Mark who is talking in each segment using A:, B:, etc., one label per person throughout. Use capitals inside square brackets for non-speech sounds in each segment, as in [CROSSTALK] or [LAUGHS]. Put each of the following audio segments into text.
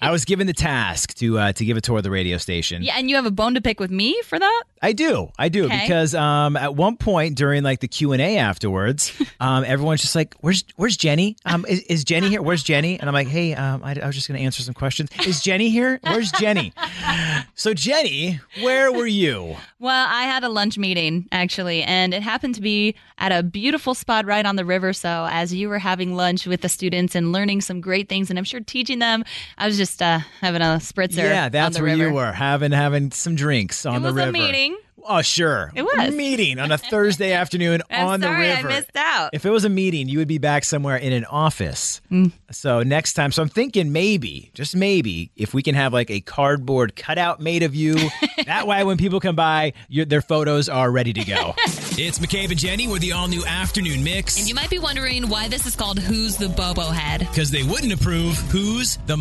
A: I was given the task to uh, to give a tour of the radio station.
B: Yeah, and you have a bone to pick with me for that?
A: I do, I do,
B: Okay.
A: because um, at one point during like the Q and A afterwards, um, everyone's just like, "Where's Where's Jenny? Um, is, is Jenny here? Where's Jenny?" And I'm like, "Hey, um, I, I was just going to answer some questions. Is Jenny here? Where's Jenny?" so Jenny, where were you?
B: Well, I had a lunch meeting actually, and it happened to be at a beautiful spot right on the river. So, as you were having lunch with the students and learning some great things, and I'm sure teaching them, I was just uh, having a spritzer.
A: yeah,
B: on
A: that's
B: the
A: where you
B: river.
A: were having having some drinks on
B: It
A: the
B: was
A: river.
B: a meeting.
A: Oh, sure.
B: It was.
A: meeting on a Thursday
B: [LAUGHS]
A: afternoon
B: I'm
A: on
B: sorry,
A: the river.
B: I missed out. Mm.
A: If it was a meeting, you would be back somewhere in an office. So next time, so I'm thinking maybe, just maybe, if we can have like a cardboard cutout made of you,
B: [LAUGHS]
A: that way when people come by, your, their photos are ready to
B: [LAUGHS]
A: go. it's McCabe and Jenny with the all new afternoon mix
B: You might be wondering why this is called Who's the Bobo Head?
A: because they wouldn't approve who's the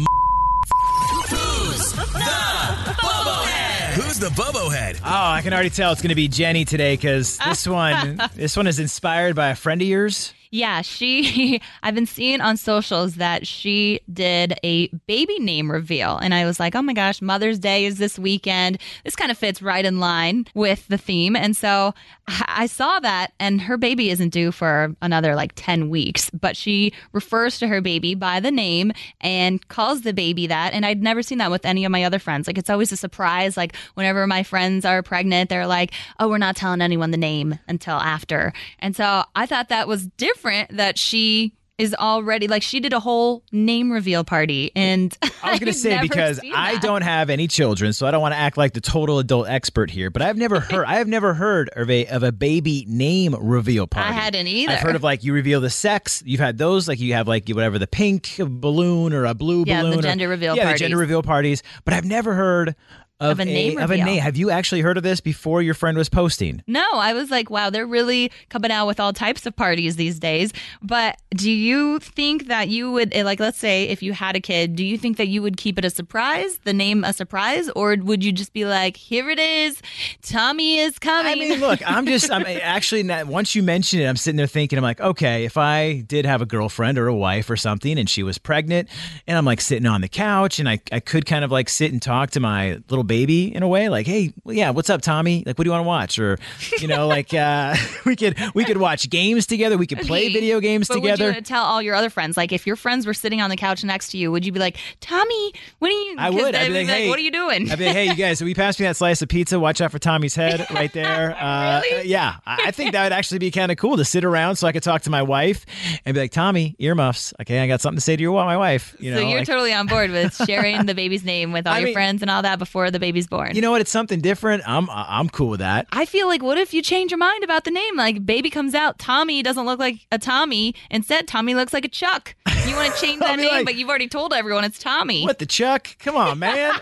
C: Who's the Bobo Head?
A: Oh, I can already tell it's going to be Jenny today because this
B: [LAUGHS]
A: one, this one is inspired by a friend of yours.
B: Yeah, she, [LAUGHS] I've been seeing on socials that she did a baby name reveal. And I was like, oh my gosh, Mother's Day is this weekend. This kind of fits right in line with the theme. And so I I saw that, and her baby isn't due for another like 10 weeks, but she refers to her baby by the name and calls the baby that. And I'd never seen that with any of my other friends. Like, it's always a surprise. Like, whenever my friends are pregnant, they're like, oh, we're not telling anyone the name until after. And so I thought that was different that she is already like, she did a whole name reveal party. And
A: I
B: [LAUGHS]
A: was going
B: I'd
A: to say
B: never
A: because
B: seen
A: I
B: that.
A: don't have any children, so I don't want to act like the total adult expert here. But I've never heard, I have never heard of a of a baby name reveal party.
B: I hadn't either.
A: I've heard of like you reveal the sex. You've had those, like you have like whatever the pink balloon or a blue
B: Yeah, the
A: balloon, or-
B: gender reveal
A: yeah,
B: parties.
A: the gender reveal parties. But I've never heard of,
B: Of a name
A: of a
B: reveal.
A: name. Have you actually heard of this before your friend was posting?
B: No, I was like, wow, they're really coming out with all types of parties these days. But do you think that you would, eh, like, let's say if you had a kid, do you think that you would keep it a surprise, the name a surprise, or would you just be like, here it is, Tommy is coming?
A: I
B: [LAUGHS]
A: mean, look, I'm just, I'm actually, not, once you mention it, I'm sitting there thinking, I'm like, okay, if I did have a girlfriend or a wife or something and she was pregnant and I'm like sitting on the couch and I, I could kind of like sit and talk to my little baby in a way, like, hey, well, yeah, what's up, Tommy? Like, what do you want to watch? Or, you know, like, uh, [LAUGHS] we could, we could watch games together. We could play
B: Okay,
A: video games
B: but
A: together.
B: Would you tell all your other friends? Like, if your friends were sitting on the couch next to you, would you be like, Tommy, what are you?
A: I
B: 'cause
A: would.
B: they'd
A: I'd be like, hey,
B: what are you doing?
A: I'd be like, hey, you guys, will you pass me that slice of pizza? Watch out for Tommy's
B: [LAUGHS]
A: head right there. Uh,
B: Really?
A: Yeah, I I think that would actually be kind of cool to sit around so I could talk to my wife and be like, Tommy, earmuffs. Okay, I got something to say to your wa- my wife. You know,
B: so you're
A: like-
B: totally on
A: [LAUGHS]
B: board with sharing the baby's name with all
A: I
B: your
A: mean-
B: friends and all that before the baby's born.
A: you know what? It's something different. I'm I- I'm cool with that.
B: I feel like what if you change your mind about the name? Like baby comes out, Tommy doesn't look like a Tommy. Instead, Tommy looks like a Chuck.
A: [LAUGHS]
B: You want to change
A: I'll
B: that
A: be
B: name,
A: like-
B: but you've already told everyone it's Tommy.
A: What the Chuck? Come on,
B: [LAUGHS]
A: man.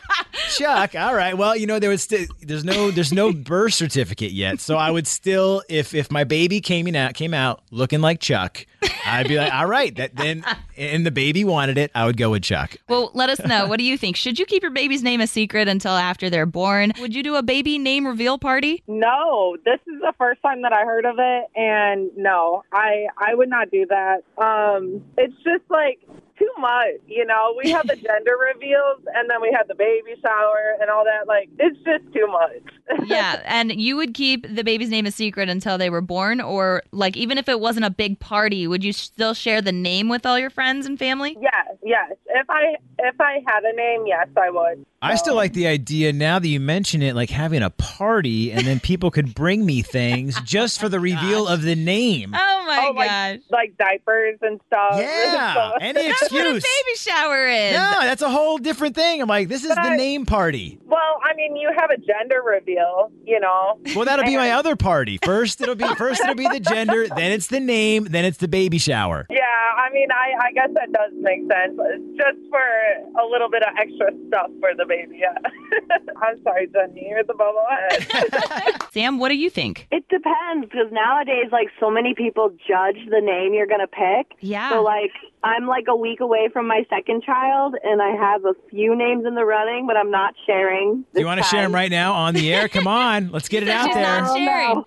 A: Chuck. All right. Well, you know there was sti- there's no there's
B: [LAUGHS]
A: no birth certificate yet, so I would still if if my baby came in out came out looking like Chuck, I'd be like, all right, that
B: [LAUGHS]
A: then and the baby wanted it, I would go with Chuck.
B: Well, let us know. What do you think? Should you keep your baby's name a secret until after they're born? Would you do a baby name
A: [LAUGHS]
B: reveal party?
D: No, this is the first time that I heard of it, and no, I I would not do that. Um, it's just like too much, you know. We had the gender reveals, and then we had the baby shower and all that. Like, it's just too much.
B: Yeah, and you would keep the baby's name a secret until they were born or like even if it wasn't a big party, would you still share the name with all your friends and family?
D: yes, yes. If I if I had a name, yes, I would.
A: I still like the idea now that you mention it, like having a party and then people could bring me things just
B: [LAUGHS]
A: for the reveal of the name.
B: Oh my
D: Oh,
B: gosh.
D: like, like diapers and
B: Oh,
D: stuff. [LAUGHS]
A: yeah,
D: So-
A: any
B: That's what a
A: excuse.
B: baby shower is.
A: No, that's a whole different thing. I'm like, this is the
D: But-
A: name party.
D: well, I mean, you have a gender reveal, you know.
A: Well, that'll
B: [LAUGHS]
A: be my other party. First, it'll be first it'll be the gender, then it's the name, then it's the baby shower.
D: Yeah, I mean, I, I guess that does make sense. It's just for a little bit of extra stuff for the baby. Yeah. [LAUGHS] I'm sorry, Jenny. You're the bobblehead.
B: Sam, what do you think?
C: It depends because nowadays, like, so many people judge the name you're going to pick.
B: Yeah.
A: Ah.
C: So, like, I'm like a week away from my second child, and I have a few names in the running, but I'm not sharing.
A: Do you want to share them right now on the air? Come on, let's get it out
B: She's
A: there.
B: not sharing.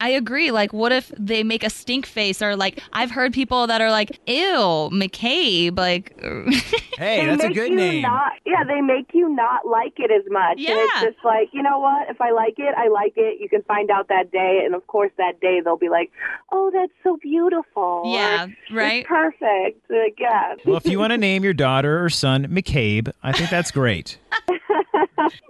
B: I agree. Like, what if they make a stink face or like I've heard people that are like, "Ew, McCabe." Like, [LAUGHS]
A: Hey, that's a good
C: you
A: name.
C: Not, yeah, they make you not like it as much. And it's
B: Yeah.
C: just like, you know what? If I like it, I like it. You can find out that day. And of course, that day they'll be like, oh, that's so beautiful. or,
B: yeah, right.
C: It's perfect. Like, yeah. [LAUGHS]
A: Well, if you want to name your daughter or son McCabe, I think that's great.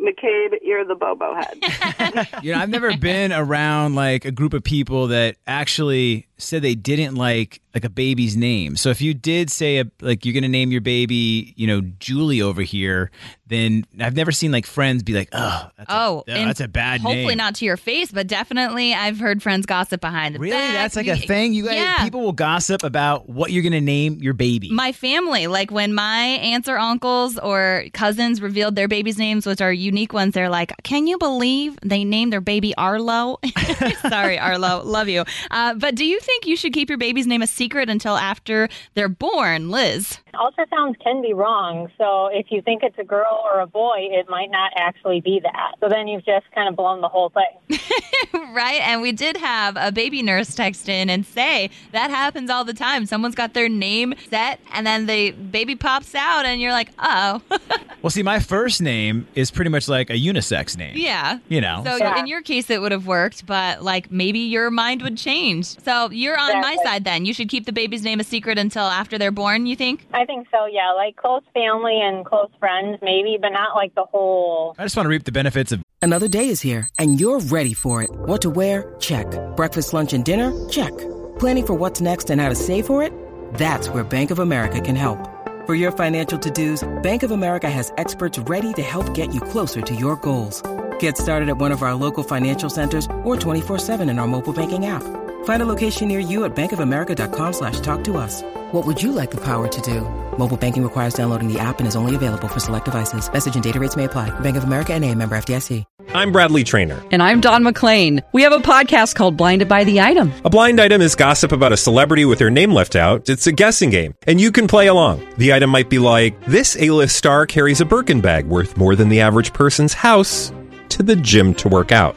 C: McCabe, you're the Bobo head.
A: You know, I've never been around like a group of people that actually said they didn't like like a baby's name. So if you did say a, like you're going to name your baby, you know, Julie over here, then I've never seen like friends be like, "Oh, that's a,
B: Oh,
A: yeah,
B: and
A: that's a bad
B: Hopefully
A: name."
B: not to your face, but definitely I've heard friends gossip behind the
A: Really?
B: back.
A: That's like
B: You-
A: a thing. You guys,
B: yeah.
A: people will gossip about what you're going to name your baby.
B: my family, like when my aunts or uncles or cousins revealed their babies' names, which are unique ones, they're like, "Can you believe they named their baby Arlo?" [LAUGHS] Sorry, Arlo, love you. Uh, but do you think you should keep your baby's name a secret until after they're born, Liz?
E: Ultrasounds can be wrong. So if you think it's a girl or a boy, it might not actually be that. So then you've just kind of blown the whole thing.
B: [LAUGHS] right? And we did have a baby nurse text in and say that happens all the time. Someone's got their name set, and then the baby pops out, and you're like, "Oh, [LAUGHS]
A: Well, see, my first name is pretty much like a unisex name.
B: yeah."
A: You know,
B: So
E: Yeah.
B: in your case, it would have worked, but like maybe your mind would change. So you're on my
E: Exactly.
B: side then. You should keep the baby's name a secret until after they're born. You think?
E: I think so, yeah. Like close family and close friends, maybe, but not like the whole
A: I just want to reap the benefits of
F: Another day is here, and you're ready for it. What to wear? Check. Breakfast, lunch, and dinner? Check. Planning for what's next and how to save for it? That's where Bank of America can help. For your financial to-dos, Bank of America has experts ready to help get you closer to your goals. Get started at one of our local financial centers or 24-7 in our mobile banking app. Find a location near you at bankofamerica.com slash talk to us. What would you like the power to do? Mobile banking requires downloading the app and is only available for select devices. Message and data rates may apply. Bank of America and a member FDIC.
G: I'm Bradley Trainer.
H: And I'm Don McClain. We have a podcast called Blinded by the Item.
G: A blind item is gossip about a celebrity with their name left out. It's a guessing game, and you can play along. The item might be like this: A-list star carries a Birkin bag worth more than the average person's house to the gym to work out.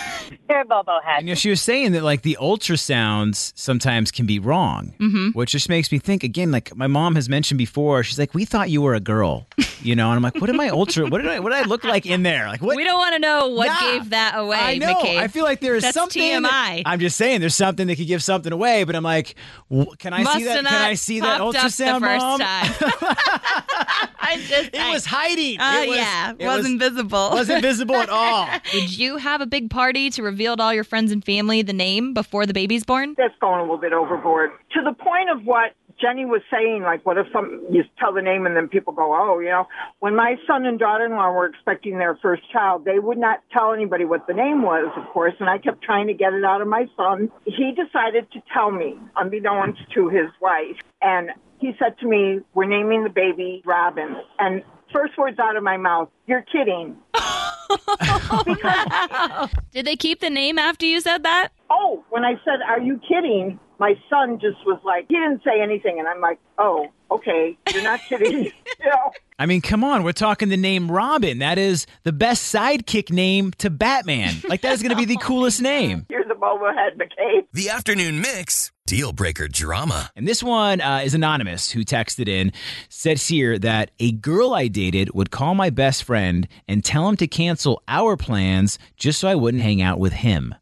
E: You're a bobo
A: And you know,
E: head.
A: she was saying that like the ultrasounds sometimes can be wrong,
B: Mm-hmm.
A: which just makes me think again. Like my mom has mentioned before, she's like, "We thought you were a girl," you know, and I'm like, "What am I ultra? What did I? What did I look like in there? Like what?"
B: We don't want to know what
A: Nah.
B: gave that away.
A: I know.
B: McCabe.
A: I feel like there is
B: That's
A: something.
B: TMI.
A: I'm just saying, there's something that could give something away. But I'm like, w- can I see
B: Must
A: that?
B: have
A: Can
B: not
A: I see that
B: popped up
A: ultrasound,
B: the first
A: mom?
B: time.
A: [LAUGHS]
B: [LAUGHS] I just
A: It
B: I-
A: was hiding.
B: Oh
A: it was,
B: yeah,
A: it
B: wasn't visible.
A: was,
B: [LAUGHS]
A: not visible at all.
B: Would you have a big party to reveal to all your friends and family the name before the baby's born?
I: that's going a little bit overboard. To the point of what Jenny was saying, like, what if some you tell the name and then people go, oh, you know, when my son and daughter-in-law were expecting their first child, they would not tell anybody what the name was, of course, and I kept trying to get it out of my son. He decided to tell me, unbeknownst to his wife, and he said to me, "We're naming the baby Robin," and. First words out of my mouth, you're kidding.
B: Did they keep the name after you said that?
I: Oh, when I said, Are you kidding? My son just was like, He didn't say anything. And I'm like, Oh, okay. You're not kidding. [LAUGHS] you know?
A: I mean, come on, we're talking the name Robin. That is the best sidekick name to Batman. Like that is going to be
B: [LAUGHS] Oh
A: the coolest name.
I: You're the boba head McCabe.
J: The afternoon mix, deal breaker drama.
A: And this one uh, is anonymous who texted in, says here that a girl I dated would call my best friend and tell him to cancel our plans just so I wouldn't hang out with
B: [LAUGHS]
A: him.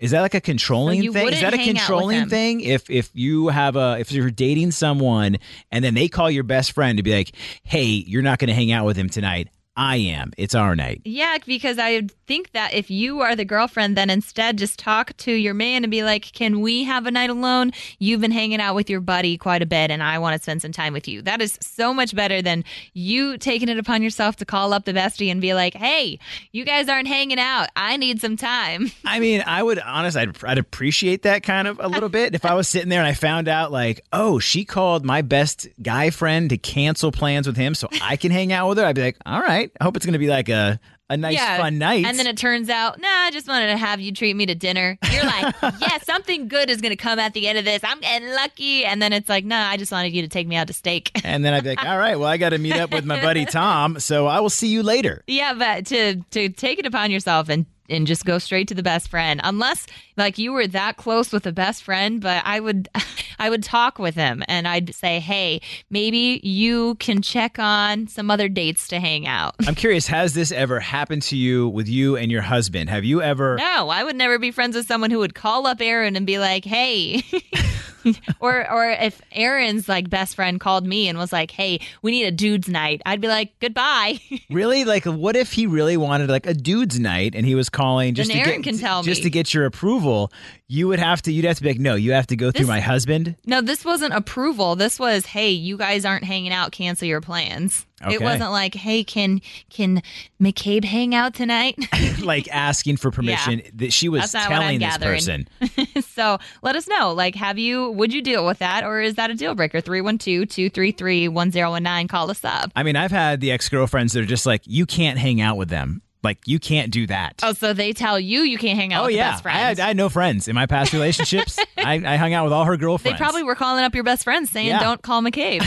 A: is that like a controlling
B: you
A: thing? Is
B: wouldn't
A: that a
B: hang out with
A: controlling
B: him.
A: thing? If if you have a if you're dating someone and then they call your best friend to be like, hey, you're not going to hang out with him tonight. I am. It's our night.
B: Yeah, because I think that if you are the girlfriend, then instead just talk to your man and be like, Can we have a night alone? You've been hanging out with your buddy quite a bit, and I want to spend some time with you. That is so much better than you taking it upon yourself to call up the bestie and be like, Hey, you guys aren't hanging out. I need some time.
A: I mean, I would honestly, I'd, I'd appreciate that kind of a little bit if I was sitting there and I found out, like, oh, she called my best guy friend to cancel plans with him so I can hang out with her. I'd be like, all right, I hope it's going to be like a, a nice, fun night.
B: And then it turns out, nah, I just wanted to have you treat me to dinner. You're like, yeah, something good is going to come at the end of this. I'm getting lucky. And then it's like, nah, I just wanted you to take me out to steak. [LAUGHS]
A: and then I'd be like, all right, well, I got to meet up with my buddy Tom, so I will see you later.
B: yeah, but to, to take it upon yourself and and just go straight to the best friend unless like you were that close with the best friend but i would [LAUGHS] i would talk with him and i'd say hey maybe you can check on some other dates to hang out
A: I'm curious, has this ever happened to you with you and your husband? Have you ever?
B: No, I would never be friends with someone who would call up Aaron and be like, "Hey." [LAUGHS] or or if Aaron's like best friend called me and was like, "Hey, we need a dudes night." I'd be like, "Goodbye." [LAUGHS]
A: Really? Like, what if he really wanted like a dude's night and he was calling just
B: Then
A: to
B: Aaron
A: get
B: can tell
A: just
B: me.
A: to get your approval? You would have to. You'd have to be like, no, you have to go through
B: This-
A: my
B: [LAUGHS]
A: husband. [LAUGHS]
B: no, this wasn't approval. This was, "Hey, you guys aren't hanging out. Cancel your plans." It
A: Okay.
B: wasn't like, "Hey, can can McCabe hang out tonight?" [LAUGHS]
A: like asking for permission that she was
B: That's not what
A: telling
B: I'm
A: this
B: gathering.
A: person.
B: so let us know. Like, have you, would you deal with that or is that a deal breaker? 312 233 1019. Call us up.
A: I mean, I've had the ex girlfriends that are just like, you can't hang out with them. Like, you can't do that.
B: Oh, so they tell you you can't hang out
A: Oh,
B: with your
A: yeah, I
B: best friend.
A: had, I had no friends in my past
B: [LAUGHS]
A: relationships. I, I hung out with all her
B: they
A: girlfriends.
B: probably were calling up your best friend saying,
A: Yeah.
B: don't call McCabe.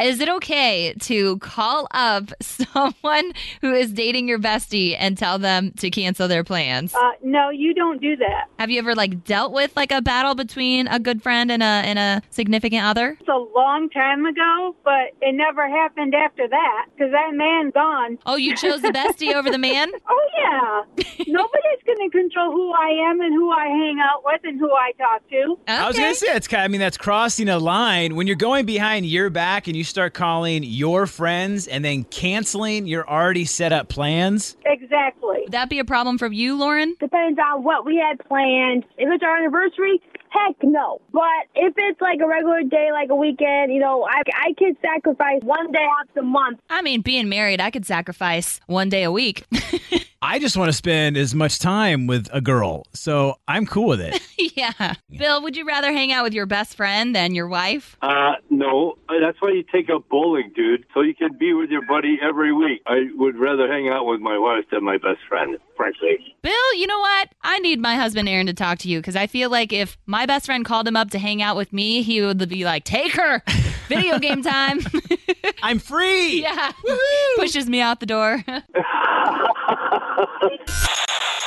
B: is it okay to call up someone who is dating your bestie and tell them to cancel their plans?
C: Uh, no, you don't do that.
B: Have you ever like dealt with like a battle between a good friend and a and a significant other?
C: It's a long time ago, but it never happened after that because that man gone.
B: Oh, you chose the bestie over the man?
C: Oh
I: [LAUGHS]
C: yeah, nobody's going to control who I am and who I hang out with and who I talk to.
A: [LAUGHS] I was gonna say it's kind. I mean, that's crossing a line when you're going behind your back and you start calling your friends and then canceling your already set up plans.
C: Exactly.
B: Would that be a problem for you, Lauren?
C: Depends on what we had planned. If it's our anniversary, heck no. But if it's like a regular day, like a weekend, you know, I, I can sacrifice one day off the month.
B: I mean, being married, I could sacrifice one day a week. [LAUGHS]
A: I just want to spend as much time with a girl, so I'm cool with it.
B: yeah. Bill, would you rather hang out with your best friend than your wife?
K: Uh, no, that's why you take up bowling, dude, so you can be with your buddy every week. I would rather hang out with my wife than my best friend, frankly.
B: Bill, you know what? I need my husband Aaron to talk to you because I feel like if my best friend called him up to hang out with me, he would be like, take her. Video game time. [LAUGHS]
A: I'm free.
B: yeah. Pushes me out the door. [LAUGHS]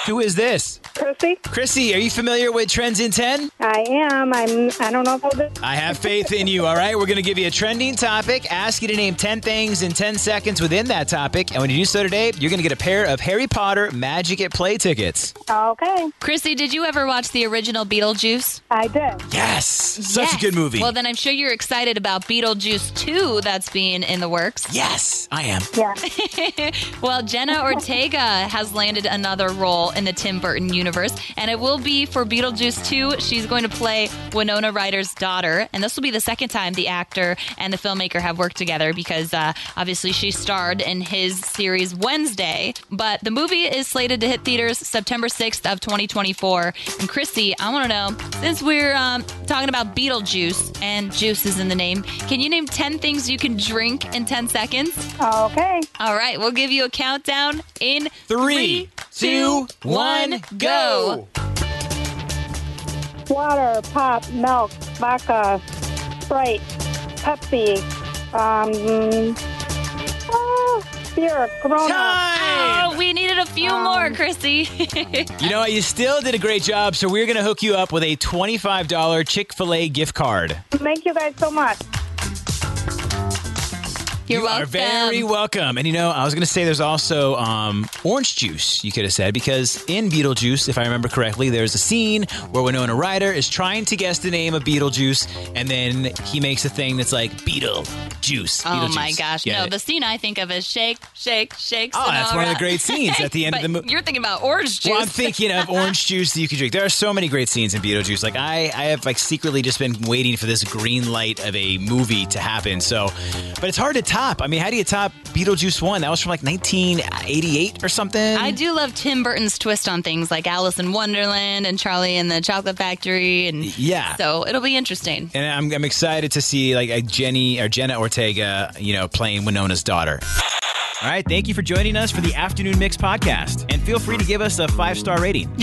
A: Who is this?
L: Chrissy.
A: Chrissy, are you familiar with Trends in 10?
L: I am. I'm. I don't know if I'll do.
A: I have faith in you, all right? We're going to give you a trending topic, ask you to name 10 things in 10 seconds within that topic. And when you do so today, you're going to get a pair of Harry Potter Magic at Play tickets.
L: Okay.
B: Chrissy, did you ever watch the original Beetlejuice?
L: I did.
A: Yes. Such a
B: Yes.
A: good movie.
B: Well, then I'm sure you're excited about Beetlejuice 2 that's being in the works.
A: yes, I am.
L: Yeah.
B: well, Jenna Ortega has landed another role in the Tim Burton universe, and it will be for Beetlejuice 2. She's going to play Winona Ryder's daughter, and this will be the second time the actor and the filmmaker have worked together because uh, obviously she starred in his series Wednesday. But the movie is slated to hit theaters September 6th of 2024. And Christy, I want to know since we're um, talking about Beetlejuice and juice is in the name, can you name 10 things you can drink in 10 seconds?
L: Okay.
B: All right, we'll give you a countdown in
A: Three,
B: two, one, go.
L: Water, pop, milk, vodka, Sprite, Pepsi, um, oh, beer, Corona.
B: Oh, we needed a few more, Chrissy. [LAUGHS]
A: You know what? You still did a great job. So we're going to hook you up with a $25 Chick fil A gift card.
L: Thank you guys so much.
B: You're
A: You are
B: welcome. Oh
A: very welcome. And you know, I was going to say there's also um, orange juice, you could have said, because in Beetlejuice, if I remember correctly, there's a scene where Winona Ryder is trying to guess the name of Beetlejuice, and then he makes a thing that's like Beetle Juice.
B: Oh my
A: Beetlejuice.
B: gosh!
A: Yeah.
B: no, the scene I think of is shake, shake, shake.
A: Oh, that's
B: Sonora.
A: one of the great scenes at the end of the
B: [LAUGHS] But
A: movie.
B: You're thinking about orange juice.
A: Well, I'm thinking of orange juice that you could drink. There are so many great scenes in Beetlejuice. Like I, I have like secretly just been waiting for this green light of a movie to happen. So, but it's hard to top. I mean, how do you top Beetlejuice one? That was from like 1988 or something.
B: I do love Tim Burton's twist on things like Alice in Wonderland and Charlie and the Chocolate Factory, and
A: yeah.
B: so it'll be interesting.
A: and I'm, I'm excited to see like a Jenny or Jenna Ortega, you know, playing Winona's daughter. All right, thank you for joining us for the Afternoon Mix podcast, and feel free to give us a five star rating.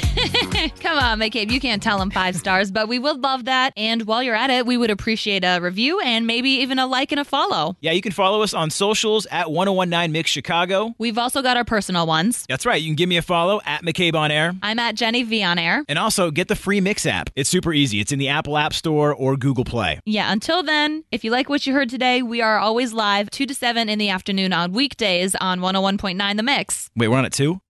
B: Come on, McCabe, you can't tell them five stars, but we would love that. And while you're at it, we would appreciate a review and maybe even a like and a follow.
A: Yeah, you can follow us on socials at 1019 Mix Chicago.
B: We've also got our personal ones.
A: That's right. You can give me a follow at McCabe on Air.
B: I'm at Jenny V on air.
A: And also get the free Mix app. It's super easy. It's in the Apple App Store or Google Play.
B: Yeah, until then, if you like what you heard today, we are always live 2 to 7 in the afternoon on oh weekdays on 101.9 The Mix.
A: Wait, we're on it too?